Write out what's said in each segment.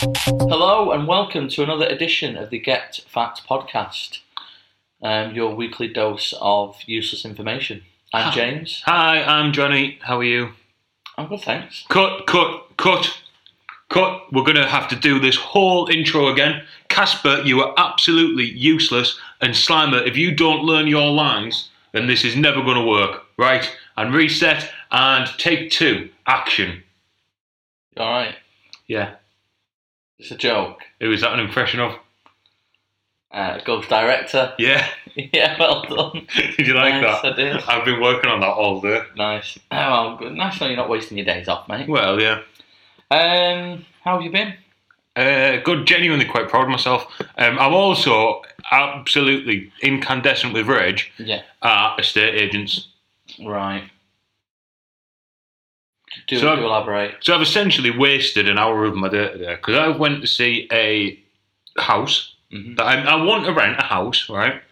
Hello and welcome to another edition of the Get Fact podcast, um, your weekly dose of useless information. I'm James. Hi, I'm Johnny. How are you? I'm good, thanks. Cut, cut, cut, cut. We're going to have to do this whole intro again. Casper, you are absolutely useless. And Slimer, if you don't learn your lines, then this is never going to work. Right? And reset and take two. Action. You all right? Yeah. It's a joke. Who is that an impression of? Uh, Ghost director. Yeah. yeah, well done. Did you like Yes, that? I did. I've been working on that all day. Nice. Oh, well, good. nice to know you're not wasting your days off, mate. Well, yeah. Um, how have you been? Uh, good, genuinely quite proud of myself. Um, I'm also absolutely incandescent with rage Yeah. at estate agents. Right. Do, So- do elaborate. So I've essentially wasted an hour of my day today because I went to see a house Mhm. that I, I want to rent a house, right?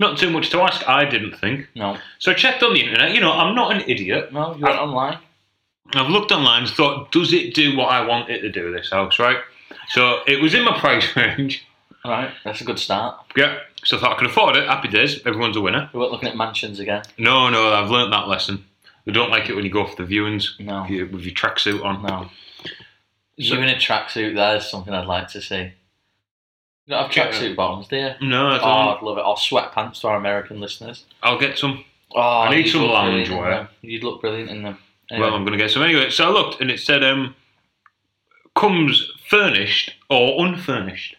Not too much to ask, I didn't think. No. So I checked on the internet. You know, I'm not an idiot. No, you went online. I've looked online and thought, does it do what I want it to do? This house, right? So it was in my price range. Right. That's a good start. Yeah. So I thought I could afford it. Happy days. Everyone's a winner. We weren't looking at mansions again. No, no, I've learnt that lesson. They don't like it when you go for the viewings No. with your, with your tracksuit on. No. So- you in a tracksuit, that is something I'd like to see. You don't have Yeah. tracksuit bottoms, do you? No, I Oh, don't. I'd love it. Or sweatpants to our American listeners. I'll get some. Oh, I need you'd some look lounge brilliant in wear. them. You'd look brilliant in them. Anyway, Well, I'm going to get some anyway. So I looked, and it said, um, "Comes furnished or unfurnished."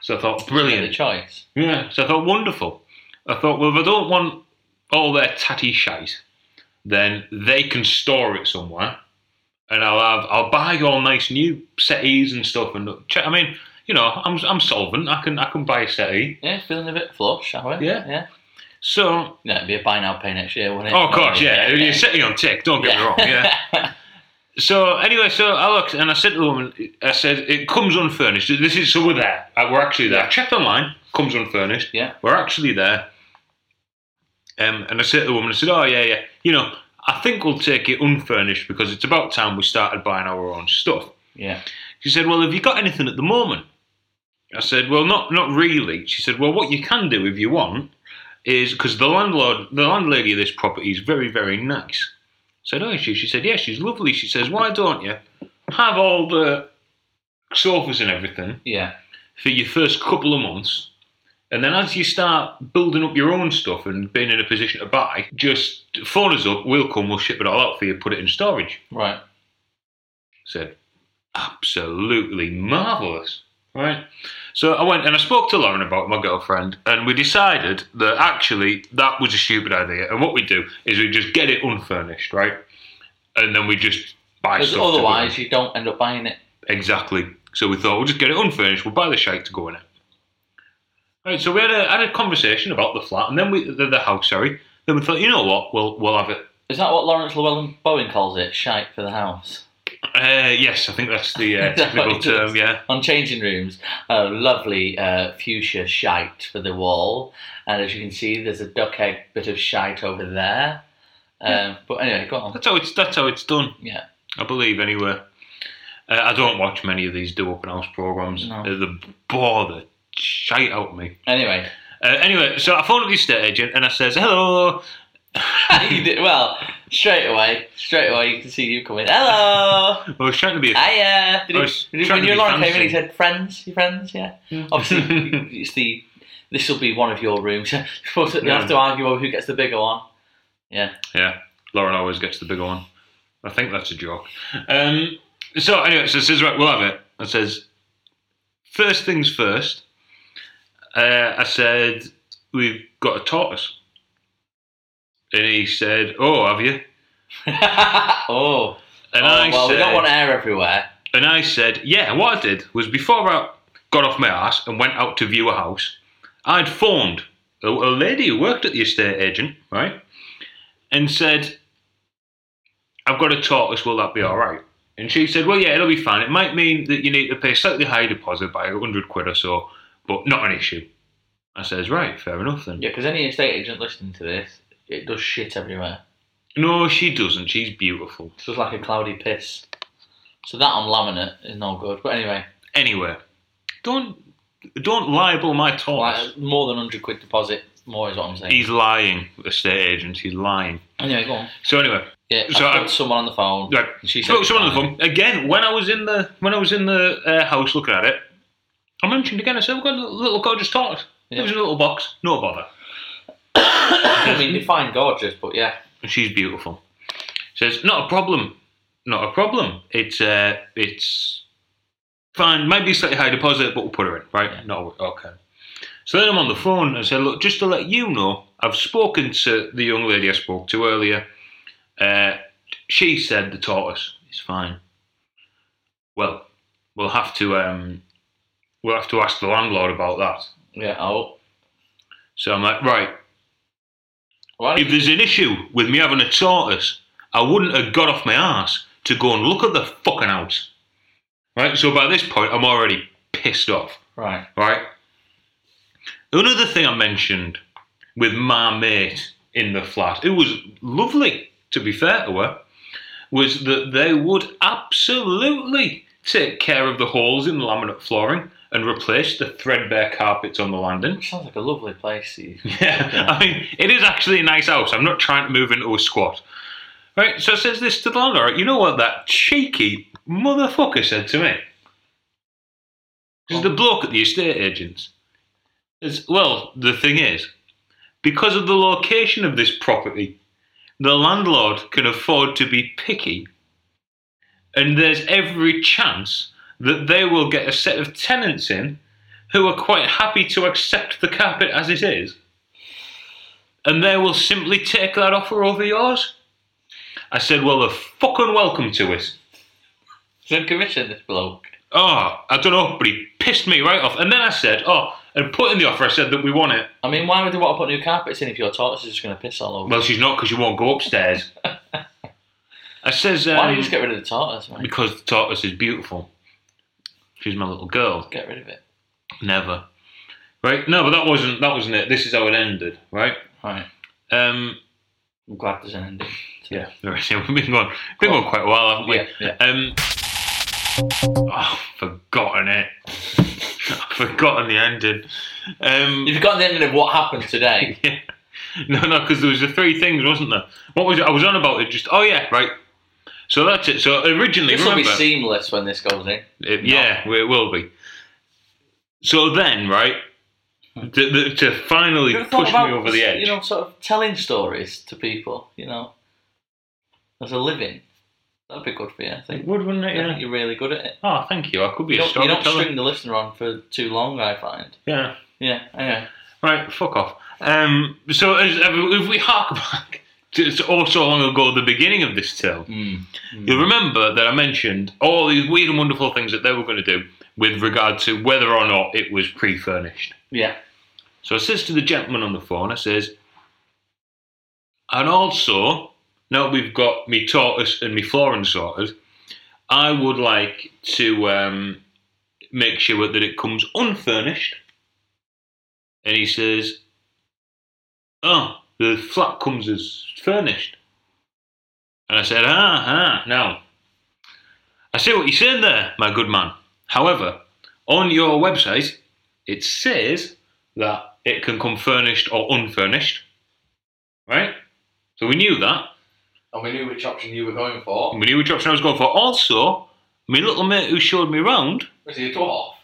So I thought, get the brilliant. choice. Yeah. So I thought, wonderful. I thought, well, if I don't want all their tatty shite, then they can store it somewhere, and I'll have I'll buy all nice new settees and stuff. And check. I mean, you know, I'm I'm solvent. I can I can buy a settee. Yeah, feeling a bit flush, are we? Yeah. Yeah. So, Yeah, it'd be a buy now, pay next year, wouldn't it? oh, of course, yeah, you're setting on tick. Don't get me wrong. Yeah. So anyway, so I looked and I said to the woman, I said, it comes unfurnished. This is so we're there. Uh, We're actually there. I checked online. Comes unfurnished. Yeah. We're actually there. Um, and I said to the woman, I said, oh yeah, yeah. You know, I think we'll take it unfurnished because it's about time we started buying our own stuff. yeah. She said, well, have you got anything at the moment? I said, well, not not really. She said, well, what you can do if you want is because the landlord, the landlady of this property is very, very nice. I said, oh, is she? She said, yeah, she's lovely. She says, why don't you have all the sofas and everything Yeah. for your first couple of months, and then as you start building up your own stuff and being in a position to buy, just phone us up. We'll come. We'll ship it all out for you. Put it in storage. Right. Said, absolutely marvelous, right? So I went and I spoke to Lauren about it, my girlfriend, and we decided that actually that was a stupid idea. And what we do is we just get it unfurnished, right? And then we just buy Because stuff. to go otherwise, in. you don't end up buying it. exactly. So we thought we'll just get it unfurnished. We'll buy the shite to go in it. Right. So we had a had a conversation about the flat, and then we the, the house. Sorry. Then we thought, you know what? We'll we'll have it. Is that what Lawrence Llewellyn Bowen calls it? Shite for the house. Uh, yes, I think that's the uh, Is that what technical it is? term. Yeah. On changing rooms, a lovely uh, fuchsia shite for the wall, and as you can see, there's a duck egg bit of shite over there. Um, But anyway, go on. That's how it's that's how it's done. Yeah, I believe anyway. Uh, I don't watch many of these do open house programs. No. Uh, they bore the shite out of me. anyway, Uh, anyway, so I phoned up the estate agent and I says, "Hello." you did, well, straight away, straight away, you can see you coming. Hello, I was trying to be. A- hiya. Did he, I was did he, Oh, trying when you to be and Lauren came in, he fancy. said, "Friends, you friends, yeah." Obviously, it's the this will be one of your rooms. You're supposed to- you have to argue over who gets the bigger one. Yeah, yeah, Lauren always gets the big one. I think that's a joke. Um, so anyway, so says right, we'll have it. I says, first things first. Uh, I said we've got a tortoise, and he said, "Oh, have you?" oh. And Oh, I well, said, we don't want air everywhere. And I said, yeah, what I did was before I got off my ass and went out to view a house, I'd phoned a, a lady who worked at the estate agent, right? And said, I've got a tortoise, will that be all right? And she said, well, yeah, it'll be fine. It might mean that you need to pay a slightly higher deposit by 100 quid or so, but not an issue. I says, right, fair enough then. Yeah, because any estate agent listening to this, it does shit everywhere. No, she doesn't. She's beautiful. It's just like a cloudy piss. So that on laminate is no good. But anyway, Anyway, don't don't libel my tortoise. like, more than 100 quid deposit, more is what I'm saying. He's lying, estate agent. He's lying. Anyway, go on. So anyway, Yeah, So I I- got someone on the phone. like, and she said spoke to someone on fine. the phone again. When I was in the when I was in the uh, house looking at it, I mentioned again. I said, "We've got a little, little gorgeous tortoise. It Yeah. was in a little box. No bother. I mean, define gorgeous, but yeah. And she's beautiful." Says, "Not a problem. Not a problem. It's uh, it's fine. Might be slightly high deposit, but we'll put her in. Right? Not a wor- okay." So then I'm on the phone and said, "Look, just to let you know, I've spoken to the young lady I spoke to earlier." Uh, she said the tortoise is fine. Well, we'll have to um, we'll have to ask the landlord about that. Yeah, oh. So I'm like, right, Why if don't you- there's an issue with me having a tortoise, I wouldn't have got off my ass to go and look at the fucking house. Right. So by this point, I'm already pissed off. Right. Right. Another thing I mentioned with my mate in the flat, it was lovely, to be fair to her, was that they would absolutely take care of the holes in the laminate flooring and replace the threadbare carpets on the landing. Sounds like a lovely place. you- Yeah, I mean, it is actually a nice house. I'm not trying to move into a squat. Right, so it says this to the landlord. You know what that cheeky motherfucker said to me? Because the bloke at the estate agents. Is, well, the thing is, because of the location of this property, the landlord can afford to be picky, and there's every chance that they will get a set of tenants in who are quite happy to accept the carpet as it is, and they will simply take that offer over yours. I said, well, they're fucking welcome to it. He's on commission, this bloke. Oh, I don't know, but he pissed me right off. And then I said, oh, and put in the offer, I said that we want it. I mean, why would they want to put new carpets in if your tortoise is just going to piss all over? Well, she's not because you won't go upstairs. I says, um, why don't you just get rid of the tortoise, mate? because the tortoise is beautiful. She's my little girl. Get rid of it. Never. Right? No, but that wasn't that wasn't it. This is how it ended, right? Right. Um, I'm glad there's an ending. Yeah, there is. Yeah, we've been going, been going quite a while, haven't we? Yeah, yeah. Um, oh, I've forgotten it. I've forgotten the ending. Um, You've got the ending of what happened today. yeah. No, no, because there was the three things, wasn't there? What was it? I was on about it. Just oh yeah, right. So that's it. So originally, this will remember, be seamless when this goes in. it- yeah, it will be. So then, right, to, the, to finally Have you ever thought push me about, over the edge. You know, sort of telling stories to people, you know, as a living. That'd be good for you, I think. would, wouldn't it? I think Yeah. you're really good at it. Oh, thank you. I could be You a don't, you don't storyteller. string the listener on for too long, I find. Yeah. Yeah, anyway. Right, fuck off. Um, so as, if we hark back to to oh so long ago, the beginning of this tale, you'll remember that I mentioned all these weird and wonderful things that they were going to do with regard to whether or not it was pre-furnished. Yeah. So I says to the gentleman on the phone, I says, and also, now we've got me tortoise and me flooring sorted, I would like to um, make sure that it comes unfurnished. And he says, oh, the flat comes as furnished. And I said, ah, ah, now. I see what you're saying there, my good man. However, on your website, it says that it can come furnished or unfurnished, right? So we knew that. And we knew which option you were going for. We knew which option I was going for. Also, my little mate who showed me round, Was he a dwarf?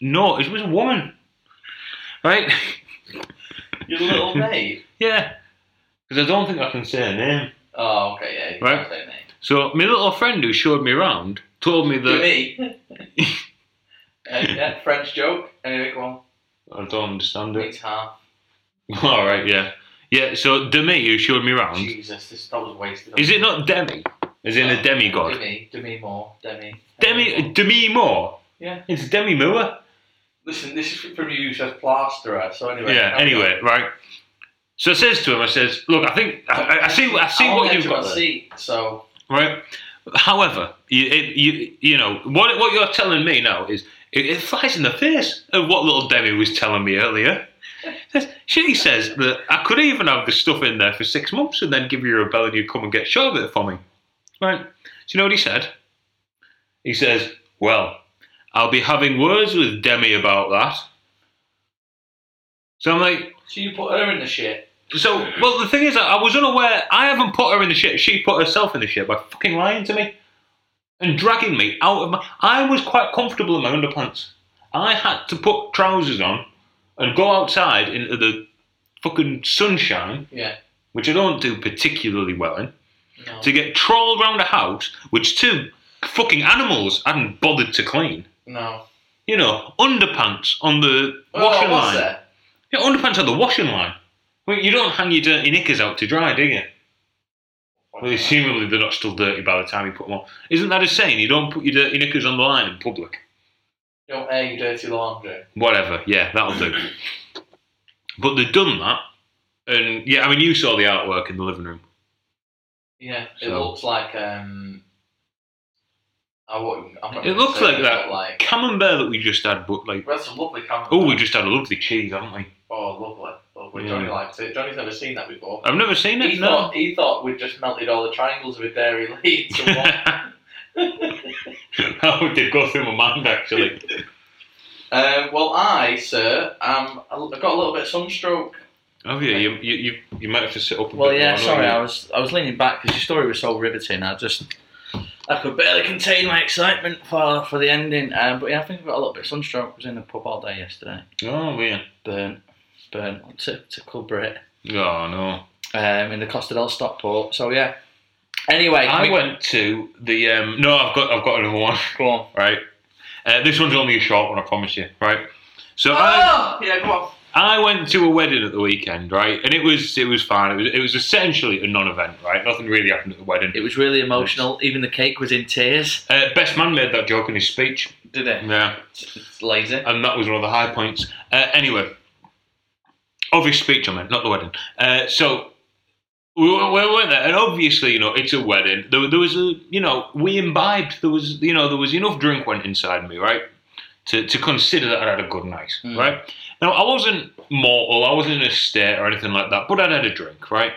no, it was a woman, right? Your little maid? yeah, because I don't think I can say her name. Oh, okay, yeah. you Right. can't say name. So my little friend who showed me round told me To that me. uh, yeah, French joke. Anyway, go on. I don't understand it. It's half. All right, yeah, yeah. So Demi who showed me round. Jesus, this, that was wasted. Is it not Demi? As in a demigod? Demi, Demi Moore, Demi. Demi, Demi Moore. Yeah. It's Demi Moore. Listen, this is from you as plasterer. So anyway. Yeah. carry on. Anyway, right. So I says to him, I says, "Look, I think I, I- I see, I see I'm what on you've edge got, of my there, seat, so right? However, you, it, you, you know what what you're telling me now is it, it flies in the face of what little Demi was telling me earlier. Says- She says that I could even have the stuff in there for six months and then give you a bell and you come and get shot of it for me, right? Do you know what he said? He says, "Well, I'll be having words with Demi about that." So I'm like. so you put her in the shit. So, well, the thing is, I I was unaware. I haven't put her in the shit. She put herself in the shit by fucking lying to me and dragging me out of my. I was quite comfortable in my underpants. I had to put trousers on and go outside into the fucking sunshine, Yeah. which I don't do particularly well in, No. to get trawled round a house which two fucking animals hadn't bothered to clean. No. You know, underpants on the washing oh, what's line. that? Yeah, underpants on the washing line. Well, you don't hang your dirty knickers out to dry, do you? Well, assumably they're not still dirty by the time you put them on. Isn't that a saying? You don't put your dirty knickers on the line in public. Don't air your dirty laundry. Whatever, yeah, that'll do. but they've done that, and yeah, I mean, you saw the artwork in the living room. Yeah, it So- looks like um. I wouldn't. I'm not It gonna looks say like it, that but, Like camembert that we just had, but like, we had some lovely camera. oh, we just had a lovely cheese, haven't we? Oh, lovely, lovely. Yeah. Johnny likes it. Johnny's never seen that before. I've never seen He it. No, thought he thought we'd just melted all the triangles with dairy leads. and what- that did go through my mind actually. um, well, I, sir, um, I l- I got a little bit of sunstroke. Oh yeah, you you you, you might have to sit up. A Well, bit yeah, more, don't sorry, you? I was I was leaning back because your story was so riveting. I just I could barely contain my excitement for for the ending. Um, but yeah, I think I got a little bit of sunstroke. I was in the pub all day yesterday. Oh yeah. Burnt, burnt. To to club Brit. Oh no. um, in the Costa del Stockport. So yeah. Anyway, I we- went to the um, no, I've got I've got another one. Go on. Right, uh, this one's only a short one, I promise you. Right, so I Oh! Yeah, go on. I went to a wedding at the weekend, right, and it was it was fine. It was it was essentially a non-event, right? Nothing really happened at the wedding. It was really emotional. Even the cake was in tears. Uh, best man made that joke in his speech. Did it? Yeah, It's lazy. and that was one of the high points. Uh, anyway, obvious speech I meant, not the wedding. Uh, so we were, we were there, and obviously, you know, it's a wedding. There, there was a, you know, we imbibed. There was, you know, there was enough drink went inside me, right, to to consider that I had a good night, Mm. right. Now I wasn't mortal. I wasn't in a state or anything like that, but I'd had a drink, right.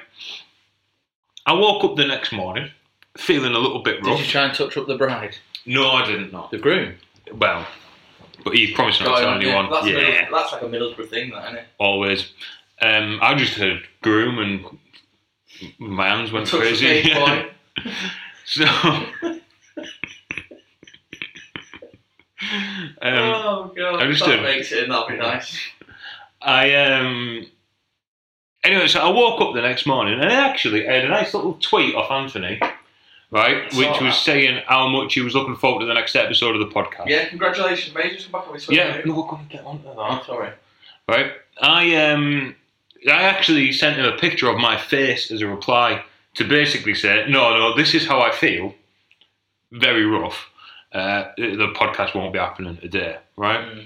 I woke up the next morning feeling a little bit Did rough. you try and touch up the bride, no, I didn't. Not the groom? well, but he promised not to tell anyone. Oh, That's, a yeah Middles- that's like a Middlesbrough thing, that, isn't it? always. Um, I just heard groom and my hands went Touch the crazy. cake, boy. so, um, oh god, I just that did. makes it, and that'll be nice. I um. Anyway, so I woke up the next morning and I actually had a nice little tweet off Anthony, right, I which saw was that. saying how much he was looking forward to the next episode of the podcast. Yeah, congratulations, mate. Just come back and we swim. Yeah, no, we're going to get onto that. Oh, sorry. right? I um, I actually sent him a picture of my face as a reply to basically say, no, no, this is how I feel. Very rough. Uh, the podcast won't be happening today, right? Mm. Hmm.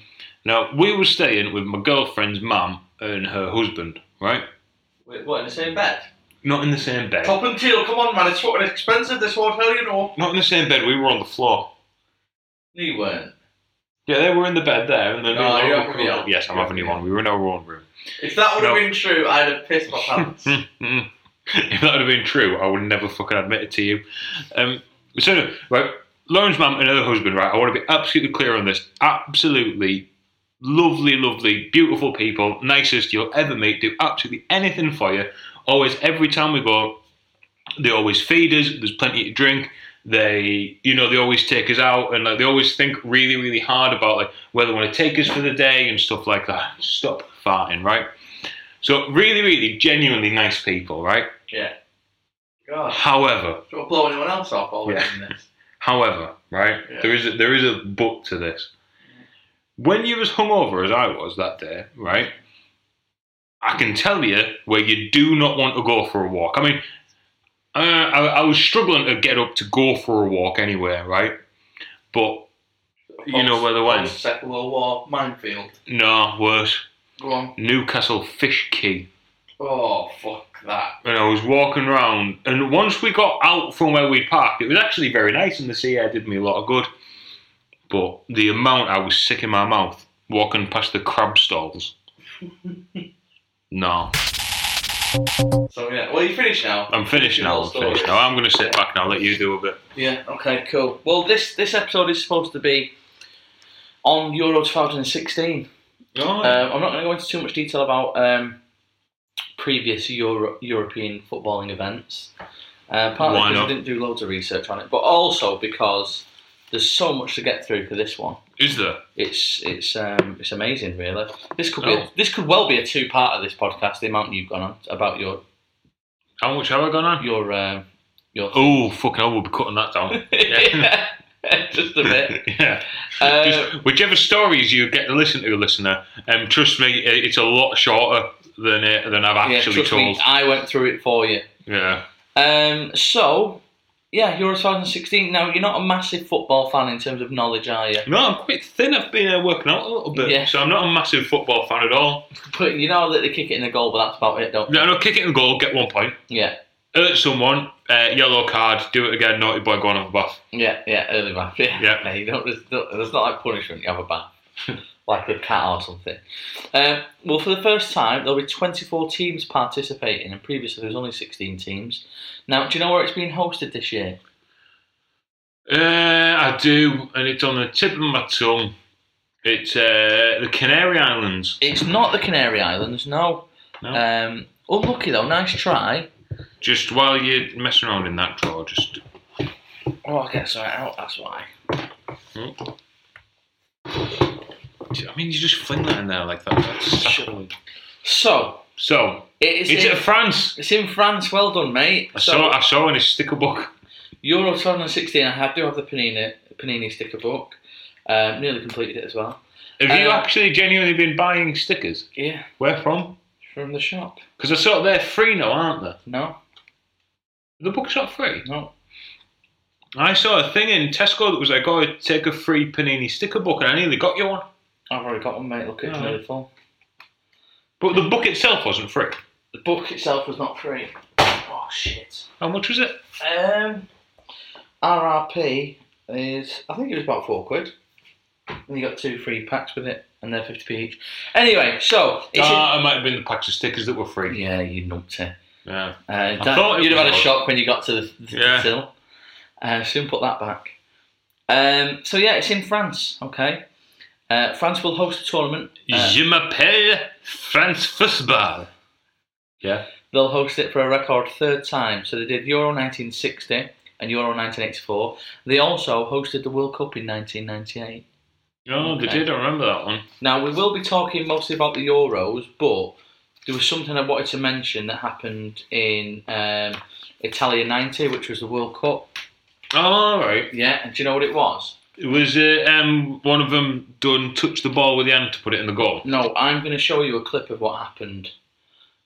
Now we were staying with my girlfriend's mum and her husband, right? Wait, what, in the same bed? Not in the same bed. Top and teal, come on, man. It's fucking expensive, this hotel, you know. Not in the same bed. We were on the floor. No, you weren't. Yeah, they were in the bed there, and then No, we Oh, you're were having me on. Yes, I'm having you on. We were in our own room. If that would have No. been true, I'd have pissed my pants. Mm. if that would have been true, I would never fucking admit it to you. Um, so, anyway, right, Lauren's mum and her husband, right, I want to be absolutely clear on this. Absolutely lovely, lovely, beautiful people, nicest you'll ever meet, do absolutely anything for you. Always, every time we go, they always feed us, there's plenty to drink. They, you know, they always take us out and like they always think really, really hard about like where they want to take us for the day and stuff like that. Stop farting, right? So really, really genuinely nice people, right? yeah. God. However, So we'll blow anyone else off while we're Yeah. doing this. However, right, Yeah. there is a, there is a book to this. When you're as hungover as I was that day, right, I can tell you where you do not want to go for a walk. I mean, uh, I, I was struggling to get up to go for a walk anywhere, right? But You know where the one- Post- Second World War minefield. no, worse, Go on. Newcastle Fish Key. Oh fuck that. And I was walking around, and once we got out from where we parked, it was actually very nice, and the sea air did me a lot of good. But the amount I was sick in my mouth walking past the crab stalls. no, So yeah. Well, you finished now. I'm finished now. I'm finished now. I'm going to sit back now. Let you do a bit. Yeah. Okay. Cool. Well, this this episode is supposed to be on Euro 2016. Oh, Uh, Um, I'm not going to go into too much detail about um, previous Euro- European footballing events. Uh, partly Why because not? I didn't do loads of research on it, but also because there's so much to get through for this one. Is there? It's it's um, it's amazing, really. This could be Oh. a, this could well be a two part of this podcast. The amount you've gone on about your How much have I gone on? your um, your Oh, fucking hell, we'll be cutting that down. Yeah. just a bit. yeah. Uh, Just whichever stories you get to listen to, listener, um, trust me, i- it's a lot shorter than uh, than I've yeah, actually trust told. me, I went through it for you. Yeah. Um, so, yeah, Euro 2016. Now, you're not a massive football fan in terms of knowledge, are you? No, I'm quite thin. I've been uh, working out a little bit, Yeah. so I'm not a massive football fan at all. But you know that they kick it in the goal, but that's about it, don't you? No, no, kick it in goal, get one point. Yeah, Hurt someone, uh, yellow card, do it again, naughty boy going off a bath. yeah, yeah, early bath. Yeah. Yeah. you don't, there's, not, there's not like punishment, you have a bath. like a cat or something. Um, well, for the first time, there'll be 24 teams participating, and previously there was only 16 teams. Now, do you know where it's being hosted this year? Uh, I do, and it's on the tip of my tongue. It's uh, the Canary Islands. It's not the Canary Islands, no. No. Um, unlucky, though. Nice try. Just while you're messing around in that drawer, just Oh, I guess I out, that's why. I mean, you just fling that in there like that. That's sacrilege. So, So It is it's in, at France. it's in France. Well done, mate. I so, saw I saw in his sticker book. Euro 2016, I have- do have the Panini, Panini sticker book. Um, nearly completed it as well. Have you Uh, actually genuinely been buying stickers? Yeah, Where from? from the shop. Because I saw they're free now, aren't they? No, The book's not free. no. I saw a thing in Tesco that was like, "Oh, take a free Panini sticker book," and I nearly got you one. I've already got one, mate. Look, it's No. nearly full. But the book itself wasn't free. The book itself was not free. Oh, shit. How much was it? Um, RRP is, I think it was about four quid. And you got two free packs with it, and they're 50p each. Anyway, so. It's in- Ah, it might have been the packs of stickers that were free. yeah, you numpty. Yeah. Uh, I Dan- thought it you'd have had was a odd. shock when you got to the, the Yeah. till. Uh, soon put that back. Um, so yeah, it's in France. Okay, uh, France will host a tournament. Uh, Je m'appelle France Fussball. Yeah. They'll host it for a record third time. So they did Euro 1960 and Euro 1984. They also hosted the World Cup in 1998. Oh, they Okay. did. I remember that one. Now we will be talking mostly about the Euros, but there was something I wanted to mention that happened in um, Italia '90, which was the World Cup. Oh, all right. Yeah, and do you know what it was? It was uh, um, one of them done touch the ball with the hand to put it in the goal. No, I'm going to show you a clip of what happened.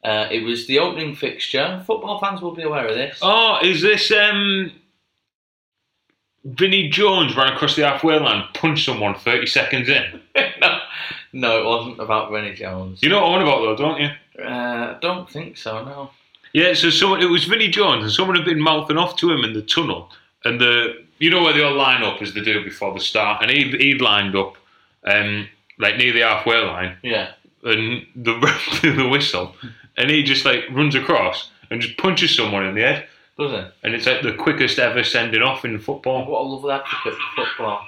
Uh, it was the opening fixture. Football fans will be aware of this. Oh, is this um, Vinnie Jones ran across the halfway line, punched someone 30 seconds in? no, no, it wasn't about Rennie Jones. You know what I'm on about though, don't you? Uh, don't think so. No. Yeah, so someone, it was Vinnie Jones, and someone had been mouthing off to him in the tunnel, and the you know where they all line up as they do before the start, and he he lined up um, like near the halfway line, Yeah. and the ref blew the whistle, and he just like runs across and just punches someone in the head. Does it? and it's like the quickest ever sending off in football. What a lovely advocate for football.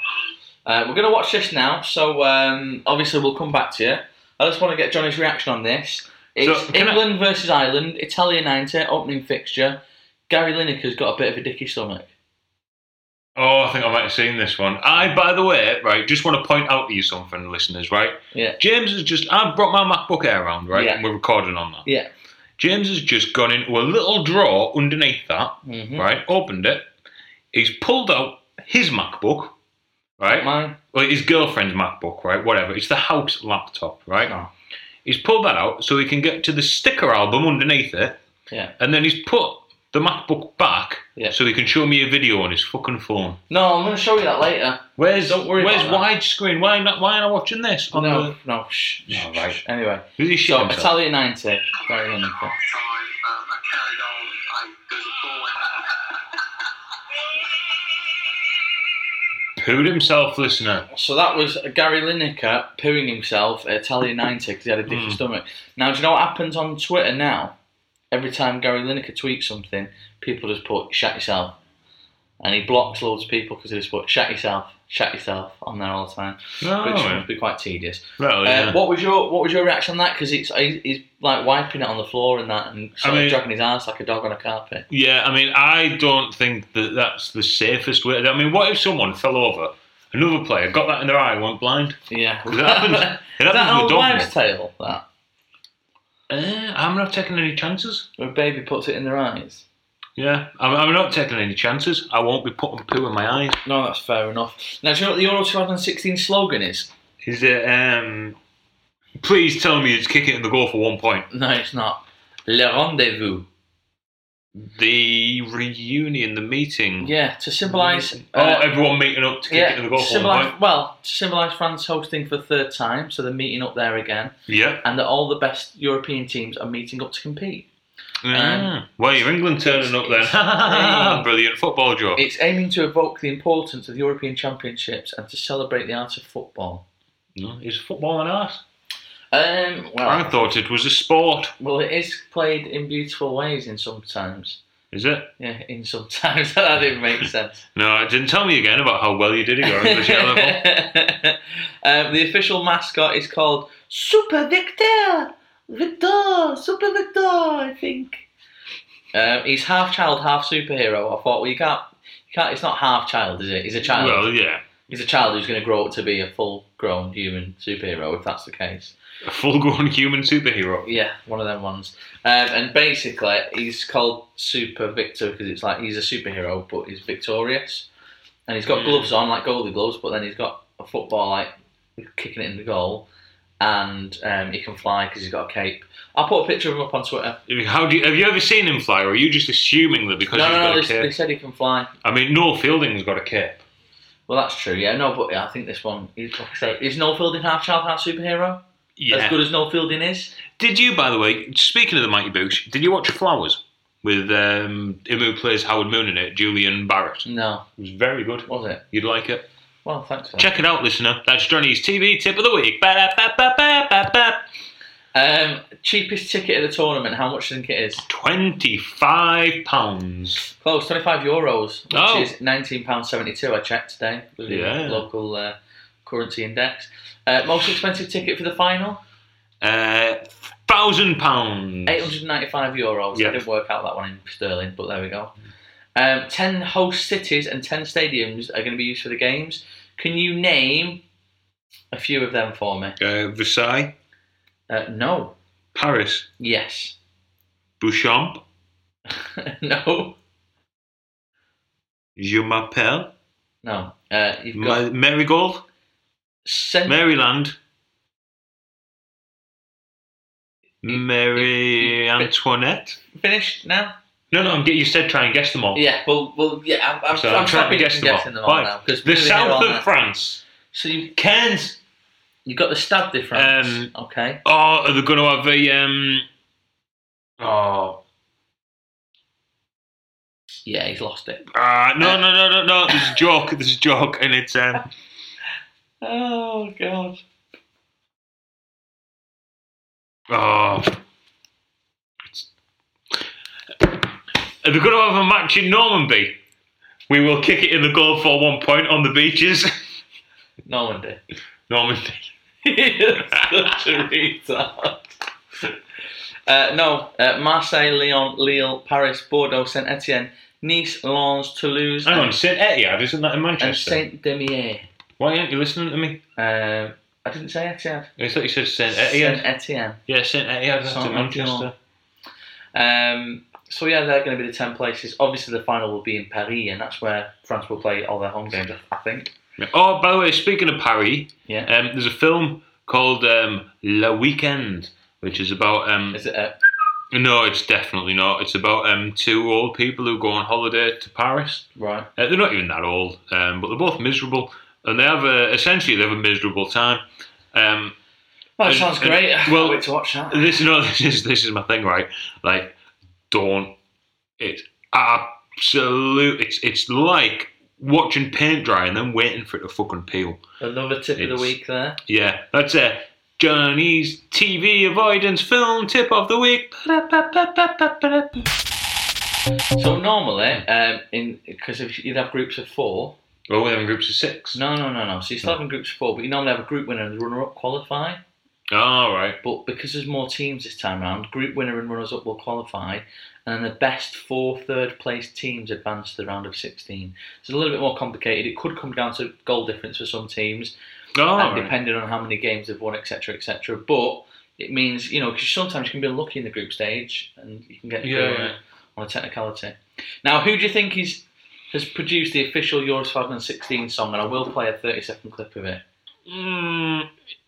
Uh, we're going to watch this now. So um, obviously we'll come back to you. I just want to get Johnny's reaction on this. It's can I- England versus Ireland, Italian 90, opening fixture. Gary Lineker's got a bit of a dicky stomach. Oh, I think I might have seen this one. I, by the way, right, just want to point out to you something, listeners, right? Yeah. James has just, I've brought my MacBook Air around, right? Yeah. And we're recording on that. Yeah. James has just gone into a little drawer underneath that, Mm-hmm. right? Opened it. He's pulled out his MacBook, right? Mine. well, his girlfriend's MacBook, right? Whatever. It's the house laptop, right? Oh. He's pulled that out so he can get to the sticker album underneath it, Yeah. and then he's put the MacBook back Yeah. so he can show me a video on his fucking phone. No, I'm going to show you that later. Where's Don't worry where's about that. widescreen? Why not? Why am I watching this? On No, the, no, shh, shh, No, right. shh. Anyway, Who's he so shitting himself? Italian 90. Very wonderful. time, um, I carried on. I, there's a Pooed himself, listener. So that was Gary Lineker pooing himself at Italian 90 because he had a Hmm. different stomach. Now, do you know what happens on Twitter now? Every time Gary Lineker tweets something, people just put "shat yourself," and he blocks loads of people because they just put "shat yourself," "shat yourself" on there all the time, Oh, which yeah. must be quite tedious. Well, Uh, yeah. what was your What was your reaction on that? Because he's, he's he's, like wiping it on the floor and that, and sort I of mean- dragging his ass like a dog on a carpet. Yeah, I mean, I don't think that that's the safest way. I mean, what if someone fell over, another player got that in their eye, and went blind? Yeah, It happens- it Is that happens with old dog wives' tale? That Uh, I'm not taking any chances. where a baby puts it in their eyes. Yeah, I'm, I'm not taking any chances. I won't be putting poo in my eyes. No, that's fair enough. Now, do you know what the Euro 2016 slogan is? Is it? Um, please tell me it's kick it in the goal for one point. No, it's not. Le rendezvous. The reunion, the meeting. Yeah, to symbolise. Oh, uh, everyone meeting up to kick yeah, it in the goal to for one point. symbolise, well, to symbolise France hosting for the third time, so they're meeting up there again, Yeah. and that all the best European teams are meeting up to compete. Um, Ah, well, your England turning up it's- then. Brilliant football joke. It's aiming to evoke the importance of the European Championships and to celebrate the art of football. No, is football an art? Um, well, I thought it was a sport. well, it is played in beautiful ways in sometimes. Is it? Yeah, in sometimes that didn't make sense. No, it didn't tell me again about how well you did at your English A level. um, the official mascot is called Super Victor. Victor, Super Victor, I think. Um, he's half child, half superhero. I thought, well, you can't, you can't. It's not half child, is it? He's a child. Well, yeah. he's a child who's going to grow up to be a full-grown human superhero, if that's the case. A full grown human superhero. Yeah, one of them ones. Um, and basically, he's called Super Victor because it's like he's a superhero, but he's victorious. And he's Hmm. got gloves on, like goalie gloves, but then he's got a football, like kicking it in the goal. And um, he can fly because he's got a cape. I'll put a picture of him up on Twitter. How do you, have you ever seen him fly, or are you just assuming that because No, he's no, no, got they, a cape? they said he can fly. I mean, Noel Fielding's got a cape. Well, that's true, yeah. No, but yeah, I think this one, he's, like I say, is Noel Fielding half child, half superhero? Yeah. As good as Noel Fielding is? Did you, by the way, speaking of the Mighty Boosh, did you watch Flowers with um, him who plays Howard Moon in it, Julian Barrett? It No, was very good. was it? You'd like it. Well, thanks for that. Check it out, listener. That's Johnny's TV tip of the week. Ba-da-ba-ba-ba-ba-ba. Um, cheapest ticket at the tournament, how much do you think it is? Twenty-five pounds. Close, 25 euros, which Oh. is £19.72. I checked today with Yeah. the local uh, currency index. Uh, most expensive ticket for the final, Uh, thousand pounds. 895 euros. Yeah. I didn't work out that one in sterling, but there we go. Um, 10 host cities and 10 stadiums are going to be used for the games. Can you name a few of them for me? Uh, Versailles, Uh, no. Paris, Yes. Bouchamp, no. Je m'appelle, No. Uh, you've got Ma- Marigold, cent- Maryland, Mary Antoinette. finished now? No, no, I'm, ge- you said try and guess them all. Yeah, well, well, yeah. I'm, I'm, Oh. So I'm, I'm, trying to happy guess you them all. guessing them all Right. now because the south of France. So you Cairns. you got the stab difference. Um, okay. Oh, are they going to have a um? Oh, Yeah, he's lost it. ah, no, no, no, no, no. There's a joke. There's a joke, and it's um. Oh god. Oh. It's- Are they going to have a match in Normandy? We will kick it in the goal for one point on the beaches. Normandy. Normandy. Such a retard. Uh, no, uh, Marseille, Lyon, Lille, Paris, Bordeaux, Saint Etienne, Nice, Lens, Toulouse, Hang on, and, St Etihad, isn't that in and Manchester? Saint Demier. Why aren't you listening to me? Um, I didn't say Etienne. I thought you said St Saint Etihad. Etienne. Yeah, St Etihad, that's Saint in Manchester. Etienne. Um, so yeah, they're going to be the ten places. Obviously, the final will be in Paris, and that's where France will play all their home games. I think. Oh, by the way, speaking of Paris, Yeah. um, there's a film called um, Le Weekend, which is about. Um, Is it? Uh, no, it's definitely not. It's about um, two old people who go on holiday to Paris. right. Uh, they're not even that old, um, but they're both miserable, and they have a, essentially they have a miserable time. Um, Well, that And- sounds and- great. well, Well, wait to watch that. this no, this is this is my thing, right? Like, don't. It's absolute. It's it's like watching paint dry and then waiting for it to fucking peel. Another tip of the it's- week there. Yeah, that's a Johnny's TV avoidance film tip of the week. So normally, um, in because if you'd have groups of four. Well, we're in groups of six. No, no, no, no. So you still have in groups of four, but you normally have a group winner and the runner-up qualify. All right. But because there's more teams this time round, group winner and runners up will qualify, and the best four third place teams advance to the round of 16. So it's a little bit more complicated. It could come down to goal difference for some teams, All and right. depending on how many games they've won, etc., etc. But it means you know because sometimes you can be unlucky in the group stage, and you can get through Yeah, on, yeah. a, on a technicality. Now, who do you think is has produced the official Euros 2016 song? And I will play a 30 second clip of it. Mm,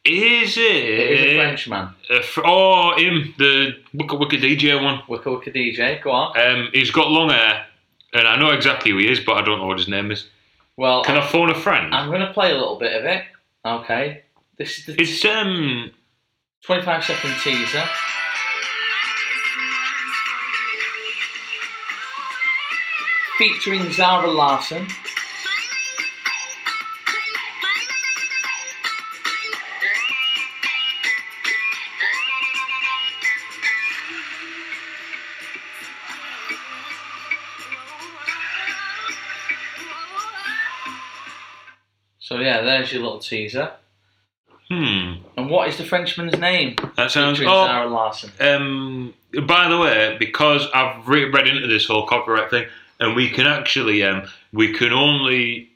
is it? It is a Frenchman, Uh, fr- oh, him, the Wicca Wicca DJ one. Wicca Wicca DJ. Go on. Um, he's got long hair, and I know exactly who he is, but I don't know what his name is. Well, Can I phone a friend? I'm going to play a little bit of it. Okay. This is the it's um. 25 second teaser. Featuring Zara Larson. So, yeah, there's your little teaser. Hmm. And what is the Frenchman's name? That sounds. Featuring Oh, Zara Larson. um. By the way, because I've re- read into this whole copyright thing, and we can actually um, we can only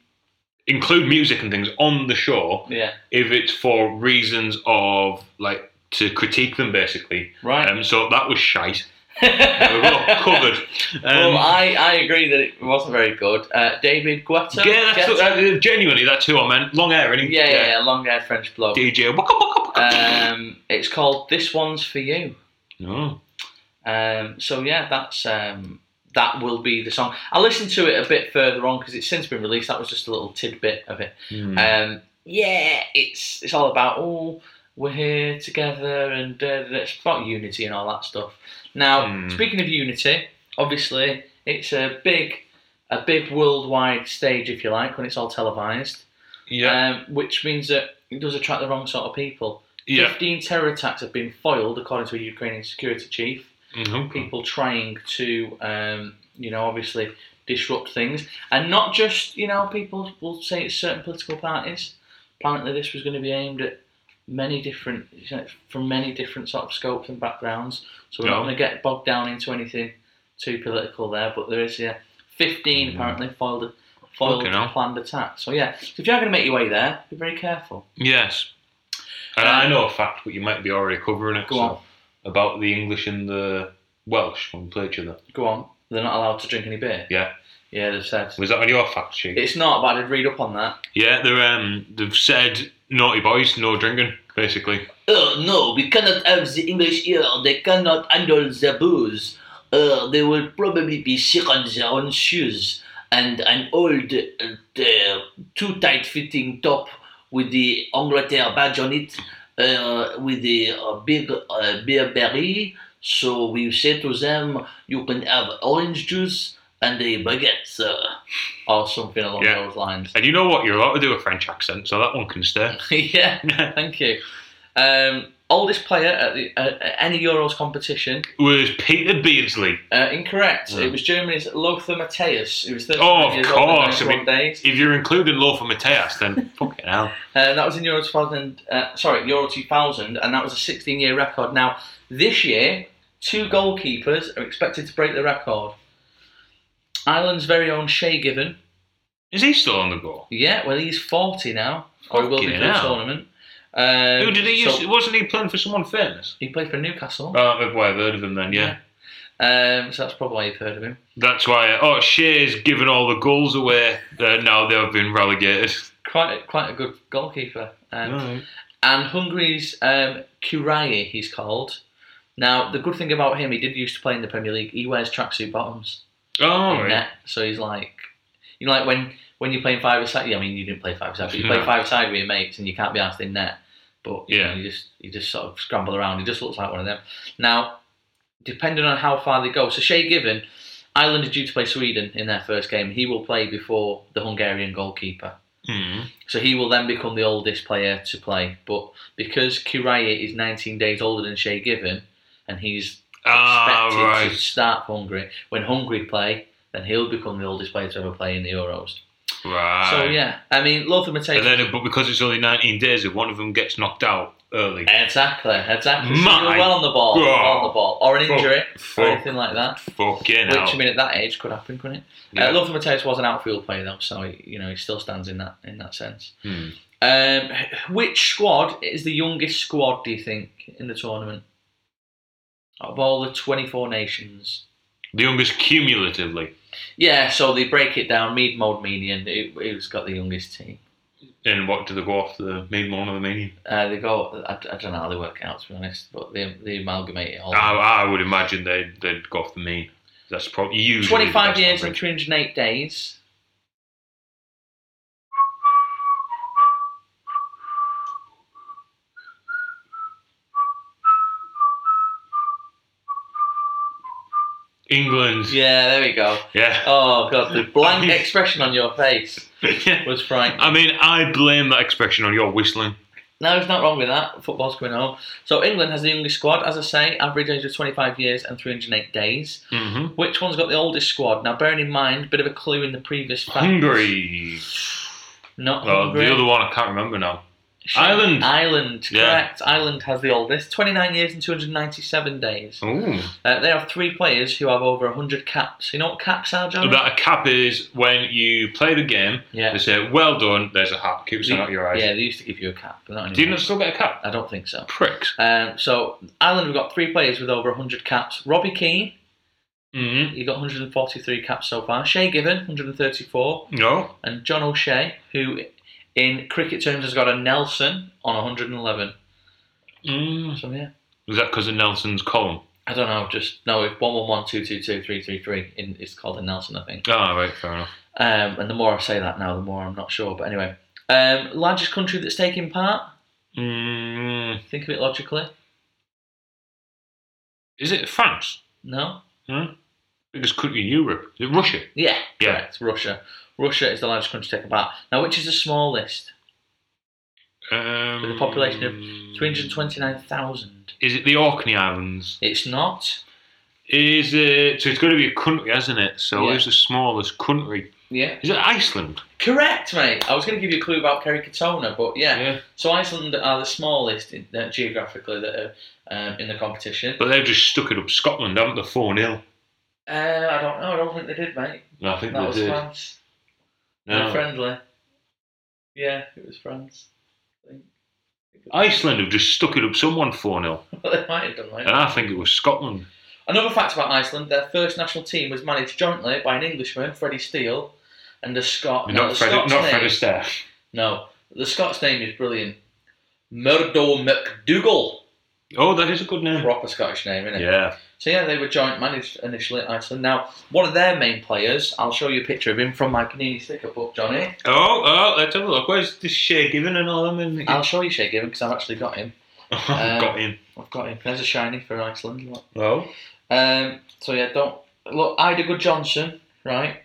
include music and things on the show Yeah. if it's for reasons of like to critique them basically. Right. Um. So that was shite. we were all covered. Um, well, I, I agree that it wasn't very good. Uh, David Guetta. Yeah, that's Guetta? what, uh, genuinely that's who I meant. Long hair, innit? yeah, yeah, yeah, long haired French bloke. DJ. Waka, waka, waka. Um, it's called This One's For You. No. Um, so yeah, that's um, that will be the song. I listened to it a bit further on because it's since been released. That was just a little tidbit of it. Hmm. Mm. Um, yeah, it's it's all about oh we're here together and uh, it's about unity and all that stuff. Now Hmm. speaking of unity, obviously it's a big a big worldwide stage if you like when it's all televised, Yeah. um, which means that it does attract the wrong sort of people. yeah. 15 terror attacks have been foiled, according to a Ukrainian security chief Mhm. people trying to, um, you know, obviously disrupt things, and not just, you know, people will say it's certain political parties. Apparently, this was going to be aimed at many different, you know, from many different sort of scopes and backgrounds. So we're not No. going to get bogged down into anything too political there. But there is, yeah, fifteen apparently foiled, foiled Fucking hell. planned attacks. So yeah, so if you are going to make your way there, be very careful. Yes. And I know a fact, but you might be already covering it. Uh, Go so- on. About the English and the Welsh when we played each other. Go on, they're not allowed to drink any beer. Yeah. Yeah, they've said. Was that on your fact sheet? It's not, but I did read up on that. yeah, they're, um, they've said naughty boys, no drinking, basically. Oh no, we cannot have the English here. They cannot handle the booze. Uh, they will probably be sick on their own shoes. And an old, uh, uh, too tight fitting top with the Angleterre badge on it, uh, with the uh, big uh, beer berry. So we say to them, you can have orange juice and a baguette, sir. Or something along Yeah. those lines. And you know what? You're allowed to do a French accent, so that one can stay. yeah, thank you. Um, oldest player at, the, uh, at any Euros competition. Was Peter Beardsley. Uh, incorrect. It was Germany's Lothar Matthäus. He was 35 Hmm. Oh, of years old in course. I 91 mean, days. if you're including Lothar Mateus, then fucking hell. Uh, that was in Euro 2000. Uh, sorry, Euro 2000, and that was a 16-year record. Now this year, two goalkeepers are expected to break the record. Ireland's very own Shea Given. Is he still on the go? Yeah, well he's 40 now, or he will be Fucking for the hell. tournament. Um, Who did he so Uh, used, Wasn't he playing for someone famous? He played for Newcastle. Oh, well, I've heard of him then, yeah. Um, so that's probably why you've heard of him. That's why. Oh, Shea's given all the goals away. Uh, now they've been relegated. Quite a, quite a good goalkeeper. Um, And Hungary's um, Kurayi, he's called. Now, the good thing about him, he did used to play in the Premier League. He wears tracksuit bottoms. Oh, in right. net. So he's like, you know, like when when you're playing five aside. Yeah, I mean, you didn't play five aside, but you play No. five aside with your mates, and you can't be asked in net. But you Yeah. know, you just you just sort of scramble around. He just looks like one of them. Now, depending on how far they go, so Shay Given, Ireland are due to play Sweden in their first game. He will play before the Hungarian goalkeeper. Hmm. So he will then become the oldest player to play. But because Kiraye is 19 days older than Shay Given, and he's Ah, expected to right. start for Hungary, when Hungary play, then he'll become the oldest player to ever play in the Euros. Right. So yeah, I mean, Lothar Matthäus. And then, but because it's only 19 days, if one of them gets knocked out early, exactly, exactly. So My you're well on the ball, God. well on the ball, or an Fuck, injury, or fuck. anything like that. fucking Which I hell. mean, at that age, could happen, couldn't it? Yeah. Uh, Lothar Matthäus was an outfield player though, so he, you know he still stands in that in that sense. Hmm. Um, which squad is the youngest squad? Do you think in the tournament Out of all the twenty-four nations? The youngest cumulatively. Yeah, so they break it down. Mead, Mold, Median. Who, who's got the youngest team? And what do they go off the main one of the main? Uh, they go. I, I don't know how they work it out to be honest, but they they amalgamate it all. I, I would imagine they'd, they'd go off the mean. That's probably usually the Twenty-five best years and average. three hundred eight days. England. Yeah, there we go. Yeah. Oh god, the blank expression on your face was frightening. I mean, I blame that expression on your whistling. No, it's not wrong with that. Football's coming home. So England has the youngest squad, as I say, average age of 25 years and 308 days. hmm Which one's got the oldest squad? Now, bearing in mind, bit of a clue in the previous fact. Hungary. Not Well, Hungary. the other one I can't remember now. Shit. Ireland. Ireland, Yeah. correct. Ireland has the oldest, 29 years and 297 days. Ooh. Uh, they have three players who have over 100 caps. You know what caps are, John? That a cap is when you play the game, Yeah. they say, well done, there's a hat, keeps it out your eyes. Yeah, they used to give you a cap. but not Do you anymore. not still get a cap? I don't think so. Pricks. Um, so Ireland have got three players with over 100 caps. Robbie Keane, hmm You've got 143 caps so far. Shea Given, 134. No. And John O'Shea, who in cricket terms has got a Nelson on 111. Mm. So, yeah. Was that because of Nelson's column? I don't know, just, no, it's 111, 222, 333. In, it's called a Nelson, I think. Ah, right, fair enough. Um, and the more I say that now, the more I'm not sure. But anyway, um, largest country that's taking part, Mm. think of it logically. Is it France? No? Hmm? Biggest country in Europe. Is it Russia? Yeah, Yeah. correct. Russia. Russia is the largest country taking part. Now, which is the smallest? Um, With a population of Hmm. 329,000. Is it the Orkney Islands? It's not. Is it? So it's got to be a country, hasn't it? So Yeah. where's the smallest country? Yeah. Is it Iceland? Correct, mate. I was going to give you a clue about Kerikatona, but yeah. Yeah. So Iceland are the smallest in, uh, geographically that are um, in the competition. But they've just stuck it up Scotland, haven't they? Four 0 Uh, I don't know. I don't think they did, mate. I think That they was did. France. They're No. friendly. Yeah, it was France. Iceland have just stuck it up someone four 0 they might have done, mate. and I think it was Scotland. Another fact about Iceland: their first national team was managed jointly by an Englishman, Freddie Steele, and a Scot. Now, the not Fred, Oh, Scots not name- Fred Astaire. No, the Scots name is brilliant. Murdo McDougall. Oh, that is a good name. Proper Scottish name, isn't it? Yeah. So yeah, they were joint managed initially at Iceland. Now, one of their main players, I'll show you a picture of him from my Panini sticker book, Johnny. Oh, oh, let's have a look. Where's this Shea Given and all them? In? I'll show you Shea Given because I've actually got him. um, got him. I've got him. There's a shiny for Iceland. Look. Oh. Um, so yeah, don't look. Ida Good Johnson, right?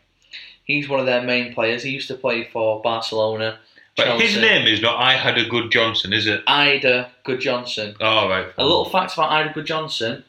He's one of their main players. He used to play for Barcelona. But Chelsea. his name is not I Had a Good Johnson, is it? Ida Good Johnson. Oh, right. A little fact about Ida Good Johnson.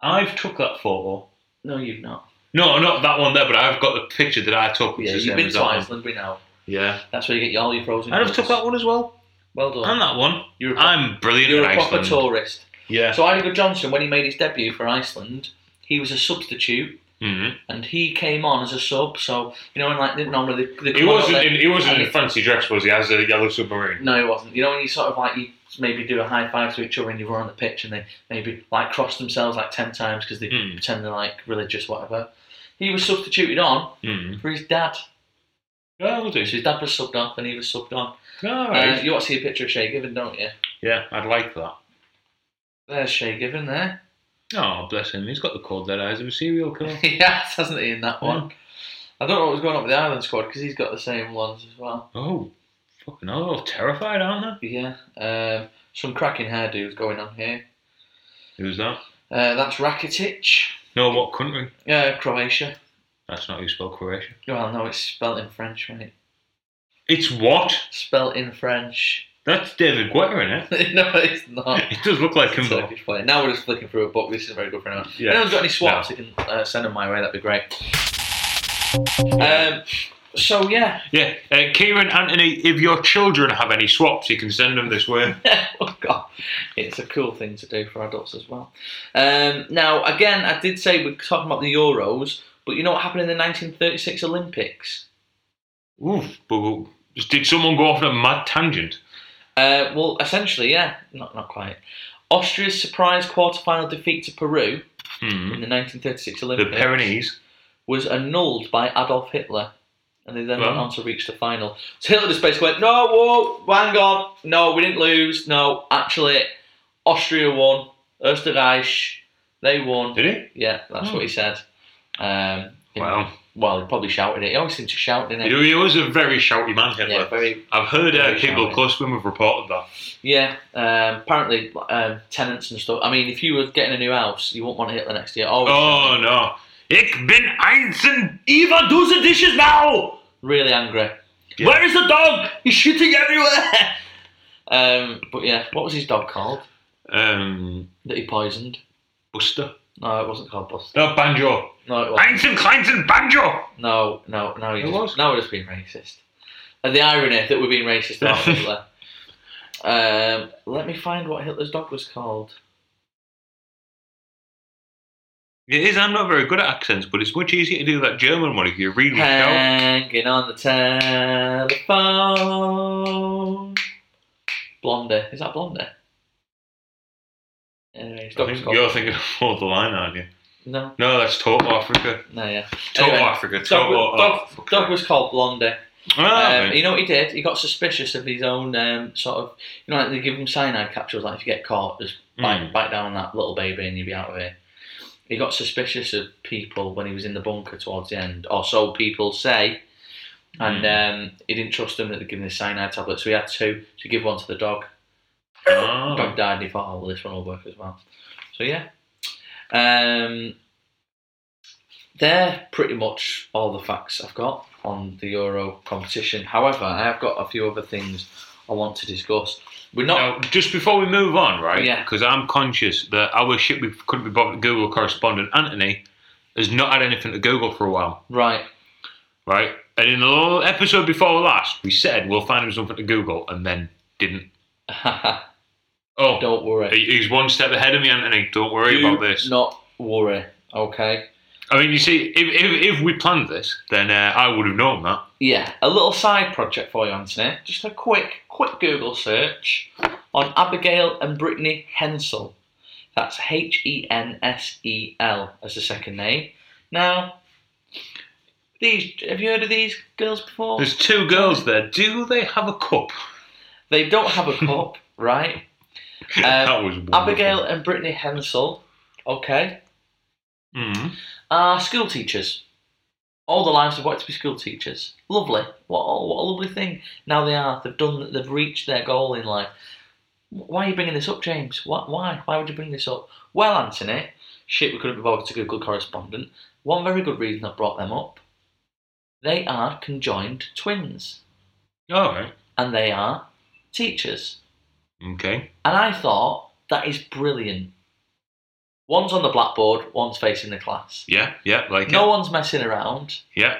I've took that photo. No, you've not. No, not that one there, but I've got the picture that I took. It's Yeah, the you've same been as to that one. Iceland. We know. Yeah. That's where you get your- all your frozen. And I've goods. took that one as well. Well done. And that one. You're a pro- I'm brilliant You're at a proper Iceland. tourist. Yeah. So Ida Johnson, when he made his debut for Iceland, he was a substitute Mhm. and he came on as a sub. So you know, and like they- normally they, they He come on wasn't. there- In, he wasn't and in a fancy dress, was he? As a yellow submarine. No, he wasn't. You know, when you sort of like you maybe do a high five to each other and you run on the pitch and they maybe like cross themselves like ten times because they Hmm. pretend they're like religious, whatever. He was substituted on Mm. for his dad. Oh, was So he? his dad was subbed off and he was subbed on. All Uh, right. you want to see a picture of Shay Given, don't you? yeah, I'd like that. There's Shay Given there. Oh, bless him. He's got the cold dead eyes of a serial killer. he has, hasn't he, in that one? I don't know what was going on with the Ireland squad because he's got the same ones as well. oh, fucking hell. They're all terrified, aren't Yeah, um, some cracking hairdos going on here. they? Who's that? Uh, that's Rakitic, No, what country? uh, Croatia. That's not who spelled Croatia. Well, no, it's spelt in French, mate. It's what? Spelt in French. That's David Guetta, isn't it? no, it's not. It does look like him, though. Turkish player. Now we're just flicking through a book. This isn't very good for anyone. Yeah. If anyone's got any swaps, you can uh, send them my way. That'd be great. Um, so yeah, Yeah, uh, Kieran, Anthony, if your children have any swaps, you can send them this way. oh god, it's a cool thing to do for adults as well. Um, now, again, I did say we're talking about the Euros, but you know what happened in the 1936 Olympics? Oof, boo. Did someone go off on a mad tangent? Uh, well, essentially, yeah, not not quite. Austria's surprise quarterfinal defeat to Peru Hmm. in the 1936 The Olympics Pyrenees. was annulled by Adolf Hitler, and they then went Wow. on to reach the final. So Hitler just basically went, "No, whoa, hang on, no, we didn't lose. No, actually, Austria won. Österreich, they won. Did he? Yeah, that's what he said. Um, he- Wow. Well, he probably shouted it. He always seems to shout, didn't he? You know, he was a very shouty man, Hitler. Yeah, very- I've heard uh, very people shouty. close to him have reported that. Yeah. Um, apparently, um, tenants and stuff. I mean, if you were getting a new house, you wouldn't want Hitler next to you. Always Oh, no. Ich bin einzeln. Eva, do the dishes now! really angry. Yeah. Where is the dog? He's shitting everywhere. um, but yeah, what was his dog called Um, that he poisoned? Buster. No, it wasn't called Buster. No, Banjo. No, it wasn't. Einzeln, Kleinzeln, Banjo! No, no, no. You It just, was. Now we're just being racist. And the irony that we're being racist about Hitler. Um, let me find what Hitler's dog was called. It is. I'm not very good at accents, but it's much easier to do that German one if you really shout. Hanging on the telephone. Blonder. Is that Blonder? Anyway, his I dog was think called. you're thinking of Hold the Line, aren't you? No, No, that's Total Africa. no, yeah. Total Anyway, Africa. Dog, Total was- dog, Africa. dog was called Blonder. Ah, Um, right. you know what he did? He got suspicious of his own um, sort of, you know, like they give him cyanide capsules. Like if you get caught, just bite, Mm. bite down on that little baby and you'll be out of here. He got suspicious of people when he was in the bunker towards the end, or so people say. And um, he didn't trust them that they'd given him the cyanide tablet, so he had two to give one to the dog. Ah. Dog died, and um, he thought, oh, well, this one will work as well. So yeah, um, they're pretty much all the facts I've got on the Euro competition. However, I have got a few other things I want to discuss. We're not. Now, just before we move on, right? Yeah. Because I'm conscious that our shit we couldn't be bothered to Google correspondent Anthony has not had anything to Google for a while, Right. right? And in the little episode before last, we said we'll find him something to Google, and then didn't. Oh, Don't worry. he- he's one step ahead of me, Anthony. Don't worry Do about this. Not worry. Okay. I mean, you see, if, if, if we planned this, then uh, I would have known that. Yeah, a little side project for you, Anthony. Just a quick, quick Google search on Abigail and Brittany Hensel. That's H E N S E L as the second name. Now, these have you heard of these girls before? There's two girls there. Do they have a cup? They don't have a cup, right? Um, That was wonderful. Abigail and Brittany Hensel. Okay, Mm. are school teachers. All their lives have wanted to be school teachers. Lovely. What, a- what a lovely thing. Now they are. They've done. They've reached their goal in life. Why are you bringing this up, James? Why? Why, why would you bring this up? Well, Anthony, shit, we couldn't be bothered to Google correspondent. One very good reason I brought them up. They are conjoined twins, All right. and they are teachers. Okay. And I thought that is brilliant. One's on the blackboard, one's facing the class. Yeah. Yeah. Like No it. one's messing around. Yeah.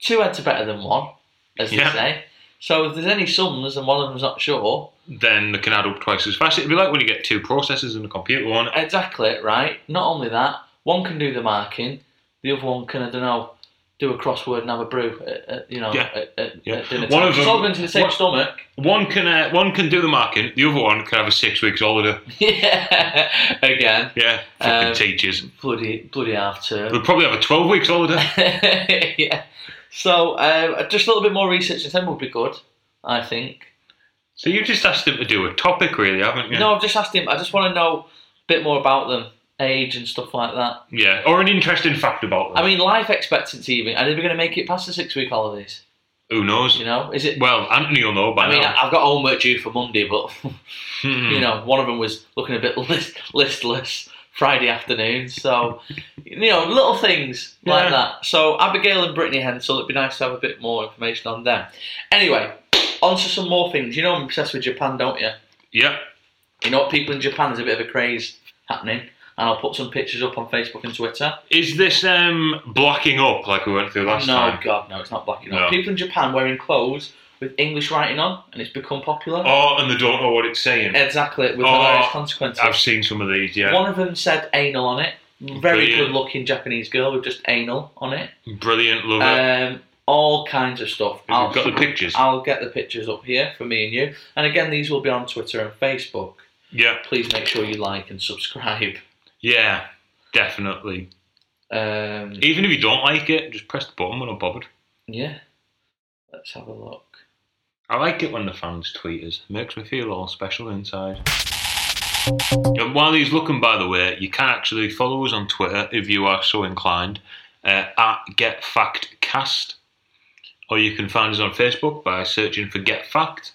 two heads are better than one, as they Yeah. say. So if there's any sums and one of them's not sure, then they can add up twice as fast. It'd be like when you get two processors in a computer, won't it? exactly right. Not only that, one can do the marking, The other one can I don't know do a crossword and have a brew. At, at, you know, Yeah. at, at, Yeah. at dinner One time. of them- It's all going to the same what- stomach. One can uh, one can do the marking, the other one can have a six weeks holiday. yeah, again, Yeah, fucking Um, teachers. bloody bloody half term. They'll probably have a twelve weeks holiday. yeah. So uh, just a little bit more research and then would be good, I think. so you just asked them to do a topic, really, haven't you? No, I've just asked him. I just want to know a bit more about them, age and stuff like that. Yeah, or an interesting fact about them. I mean, life expectancy even. Are they going to make it past the six week holidays? who knows? You know, is it? Well, Anthony will know by I mean, now. I- I've got homework due for Monday, but you know, one of them was looking a bit list- listless Friday afternoon. So, you know, little things Yeah. like that. So, Abigail and Brittany Hensel, it'd be nice to have a bit more information on them. Anyway, on to some more things. You know, I'm obsessed with Japan, don't you? yeah, You know, people in Japan there's a bit of a craze happening, and I'll put some pictures up on Facebook and Twitter. is this um blocking up like we went through last no, time? God, no, it's not black No. enough. People in Japan wearing clothes with English writing on, and it's become popular. Oh, and they don't know what it's saying. Exactly, with Oh, hilarious consequences. I've seen some of these. Yeah, One of them said anal on it. Very Brilliant. good looking Japanese girl with just anal on it. brilliant, love it. Um, all kinds of stuff. Have you got the pictures? I'll get the pictures up here for me and you. And again, these will be on Twitter and Facebook. yeah, Please make sure you like and subscribe. yeah, definitely. Um, Even if you don't like it, just press the button. We're not bothered. yeah. Let's have a look. I like it when the fans tweet us. Makes me feel all special inside. And while he's looking, by the way, you can actually follow us on Twitter if you are so inclined uh, at Get Fact Cast, or you can find us on Facebook by searching for Get Fact,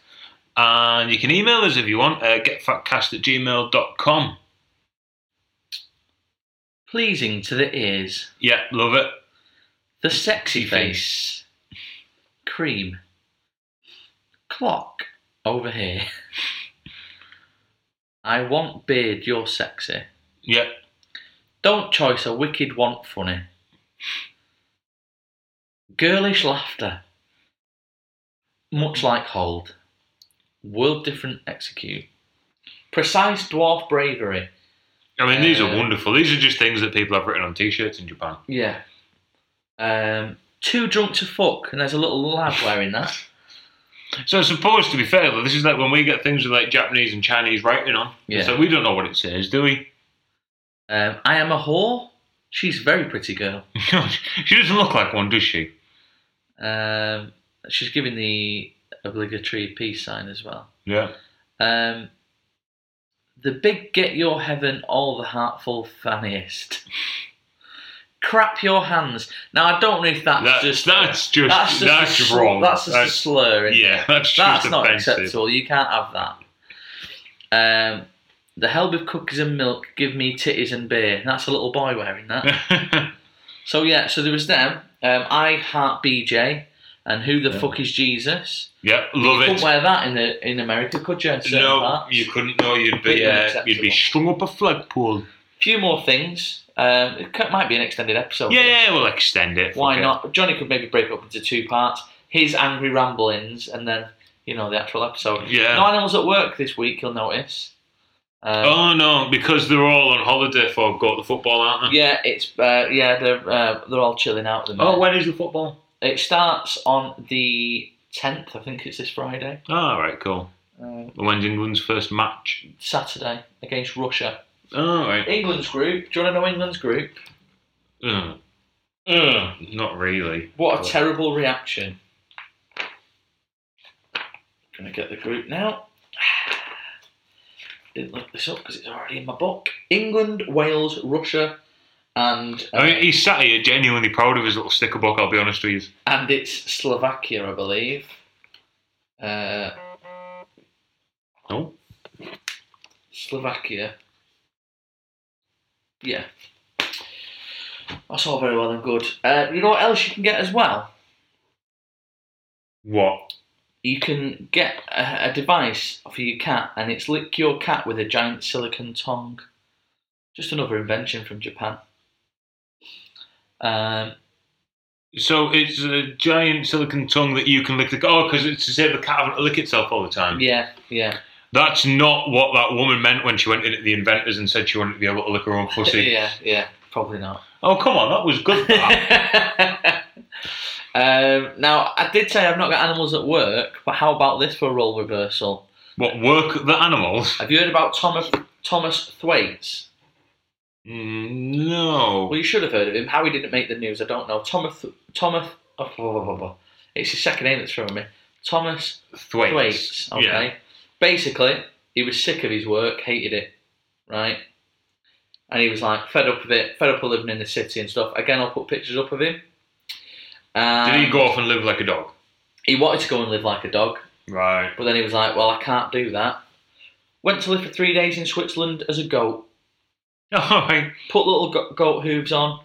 and you can email us if you want uh, getfactcast at gmail.com. Pleasing to the ears. Yeah, love it. The sexy Face. face. Cream. Clock. Over here. I want beard, you're sexy. Yeah, Don't choice a wicked want funny. Girlish laughter. Much like hold. World different execute. Precise dwarf bravery. I mean these are Uh, wonderful. These are just things that people have written on T-shirts in Japan. Yeah. Um, too drunk to fuck, and there's a little lad wearing that. So I suppose to be fair though, this is like when we get things with like Japanese and Chinese writing on. Yeah. So we don't know what it says, do we? Um, I am a whore. She's a very pretty girl. she doesn't look like one, does she? Um, she's giving the obligatory peace sign as well. Yeah. Um, the big get your heaven, all the heartful fanniest. Crap your hands. Now I don't know if that's That- just that's just- that's, just that's a sl- wrong. That's just That's- a slur. isn't it? Yeah, that's just that's not offensive. acceptable. You can't have that. Um, the hell with cookies and milk. Give me titties and beer. That's a little boy wearing that. So yeah, so there was them. Um, I heart BJ, and who the fuck is Jesus? yeah, love you it. couldn't wear that in the in America, could you? in certain no, parts? you couldn't know you'd be Completely uh, you'd be unacceptable. strung up a flagpole. few more things. Um, it c- might be an extended episode. Yeah, yeah, we'll extend it. Why Fuck it. not? Johnny could maybe break up into two parts. His angry ramblings, and then you know the actual episode. Yeah. No animals at work this week. You'll notice. Um, Oh no, because they're all on holiday for go to the football, aren't they? Yeah, it's uh, yeah they're uh, they're all chilling out. At the minute. Oh, when is the football? It starts on the tenth. I think it's this Friday, Oh, all right, cool. When's England's first match? Saturday against Russia. Oh, all right. Oh. England's group. Do you want to know England's group? Ugh. Mm. Not really. What a terrible reaction. Gonna get the group now. Didn't look this up because it's already in my book. England, Wales, Russia, and uh, I mean, he's sat here genuinely proud of his little sticker book. I'll be honest with you. and it's Slovakia, I believe. Uh, No. Slovakia. Yeah. That's all very well and good. Uh, you know what else you can get as well? What? you can get a, a device for your cat and it's lick your cat with a giant silicon tongue. Just another invention from Japan. Um, So it's a giant silicon tongue that you can lick the oh, because it's to save the cat having to lick itself all the time. yeah, yeah, That's not what that woman meant when she went in at the inventors and said she wanted to be able to lick her own pussy. yeah, yeah. Probably not. Oh, come on, that was good. that. um, now, I did say I've not got animals at work, but how about this for a role reversal? what work the animals? Have you heard about Thomas Thomas Thwaites? Mm, No. Well, you should have heard of him. How he didn't make the news, I don't know. Thomas Thomas. Oh, blah, blah, blah, blah. It's his second name that's throwing me. Thomas Thwaites. Thwaites. Okay. Yeah. Basically, he was sick of his work, hated it, right? And he was like fed up with it, fed up with living in the city and stuff. Again, I'll put pictures up of him. Um, Did he go off and live like a dog? he wanted to go and live like a dog, Right. but then he was like, "Well, I can't do that." Went to live for three days in Switzerland as a goat. All right. Put little go- goat hooves on,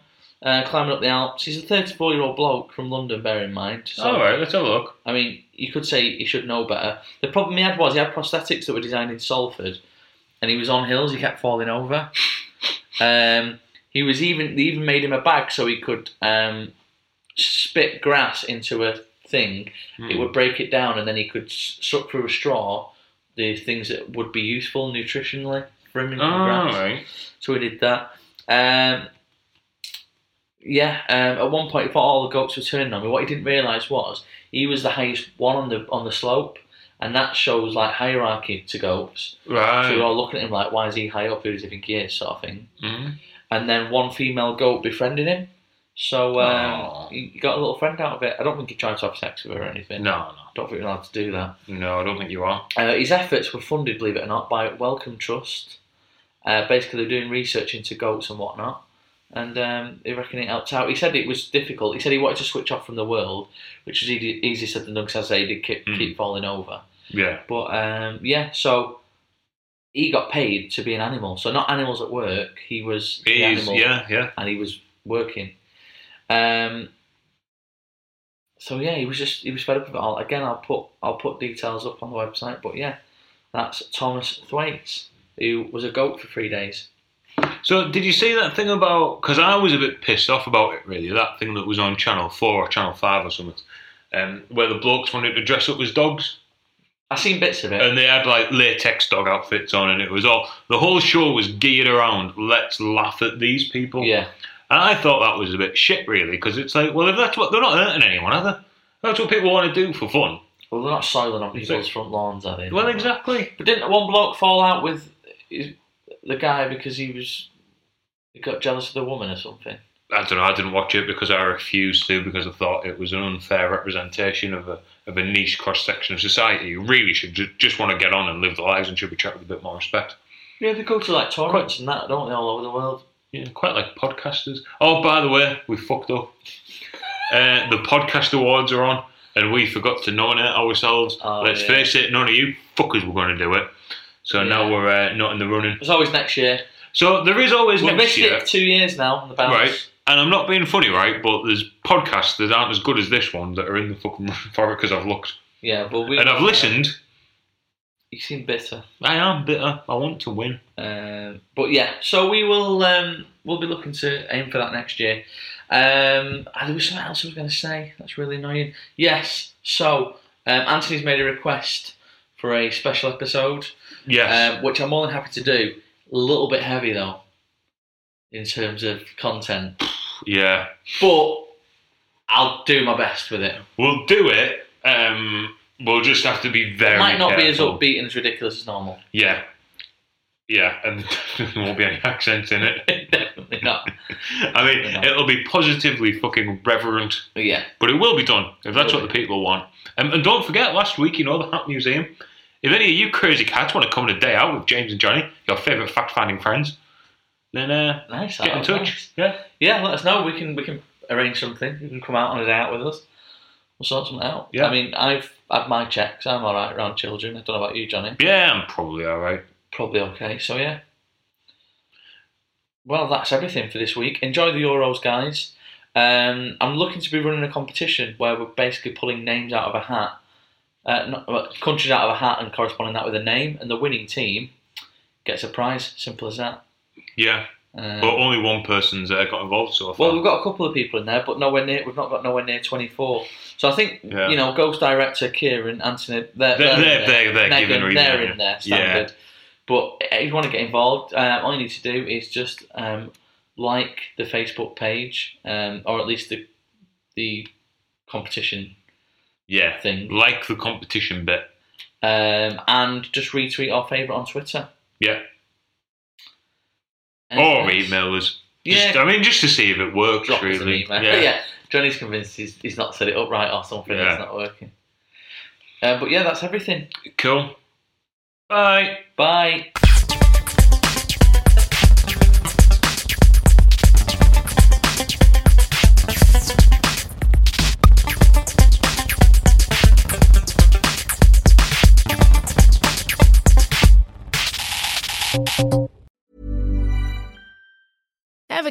uh, climbing up the Alps. He's a 34-year-old bloke from London, bear in mind. So, All right. Let's have a look. I mean, you could say he should know better. The problem he had was he had prosthetics that were designed in Salford, and he was on hills. He kept falling over. Um, he was even they even made him a bag so he could um, spit grass into a thing. Hmm. It would break it down, and then he could s- suck through a straw the things that would be useful nutritionally for him in the All grass. right. So we did that. Um, yeah, um, at one point he thought all the goats were turning on me. What he didn't realise was he was the highest one on the on the slope, and that shows like hierarchy to goats. So Right. they're all looking at him like, why is he high up? Who does he think he is, sort of thing. Mhm. And then one female goat befriended him. So um, Aw. he got a little friend out of it. I don't think he tried to have sex with her or anything. No, Don't think you're allowed to do that. no, no. I don't think you are. Uh, his efforts were funded, believe it or not, by Wellcome Trust. Uh, basically, they're doing research into goats and whatnot, and um, they reckon it helped out. He said it was difficult. He said he wanted to switch off from the world, which was easy, easier said than done because, as I say, he did keep, keep falling over. Yeah. But um, yeah, so he got paid to be an animal. So not animals at work. He was the It is. animal Yeah. Yeah. and he was working. Um, so yeah, he was just he was fed up with it all. Again, I'll put I'll put details up on the website, but yeah, that's Thomas Thwaites, who was a goat for three days. So, did you see that thing about? Because I was a bit pissed off about it, really. That thing that was on Channel Four or Channel Five or something, um, where the blokes wanted to dress up as dogs, I've seen bits of it. and they had like latex dog outfits on, and it was all the whole show was geared around let's laugh at these people. yeah, And I thought that was a bit shit, really, because it's like, well, if that's what they're not hurting anyone, are they? That's what people want to do for fun. well, they're not soiling on people's Exactly. front lawns, are they? Well, exactly. But didn't one bloke fall out with his, the guy because he was he got jealous of the woman or something? I don't know. I didn't watch it because I refused to because I thought it was an unfair representation of a of a niche cross section of society. You really should ju- just want to get on and live their lives and should be treated with a bit more respect. Yeah, they go to like torrents and that, don't they, all over the world? Yeah, quite like podcasters. Oh, by the way, we fucked up. Uh, the podcast awards are on, and we forgot to nominate ourselves. Oh, Let's yeah. face it, none of you fuckers were going to do it. So now we're uh, not in the running. There's always next year. So there is always We've next missed year. it two years now on the bounce. Right. Um, And I'm not being funny, right? But there's podcasts that aren't as good as this one that are in the fucking running for it because I've looked. Yeah, well, we, uh, And I've listened. You seem bitter, I am bitter. I want to win. um, but yeah. So we will um, we'll be looking to aim for that next year. Um, and there was something else I was going to say. That's really annoying. Yes. So um, Anthony's made a request for a special episode, Yes. um, which I'm more than happy to do. A little bit heavy though, in terms of content, yeah. but I'll do my best with it. We'll do it. Um, we'll just have to be very. It might not be as careful. upbeat and as ridiculous as normal. Yeah. Yeah, and there won't be any accents in it. Definitely not. I mean, it'll be positively fucking reverent, But yeah. but it will be done if that's what Will the people want. Um, and don't forget, last week, you know, the Hat Museum. If any of you crazy cats want to come on a day out with James and Johnny, your favourite fact-finding friends, then uh, Nice. that get in was nice. touch. Yeah. Yeah, let us know. We can we can arrange something. You can come out on a day out with us. We'll sort something out. Yeah. I mean, I've had my checks. I'm all right around children. I don't know about you, Johnny. Yeah, I'm probably all right. Probably okay. So yeah. Well, that's everything for this week. Enjoy the Euros, guys. Um, I'm looking to be running a competition where we're basically pulling names out of a hat, uh, not, well, countries out of a hat, and corresponding that with a name, and the winning team gets a prize. Simple as that. Yeah, Um, but only one person's uh, got involved so far. Well, we've got a couple of people in there, but nowhere near. We've not got nowhere near twenty four. So I think Yeah. you know, Ghost director Kieran Anthony, they're They're- they're in they're- there. they're- they're Megan, giving reason, they're aren't in they? there Yeah. standard. But if you want to get involved, uh, all you need to do is just um, like the Facebook page, um, or at least the the competition Yeah. Thing. Like the competition bit. um, and just retweet our favourite on Twitter. Yeah. Anything or else? email us. Yeah. Just, I mean, just to see if it works, Drop us an really. email. Yeah. Johnny's convinced he's, he's not set it up right or something, Yeah. it's not working. Uh, but yeah, that's everything. Cool. Bye. Bye. Ever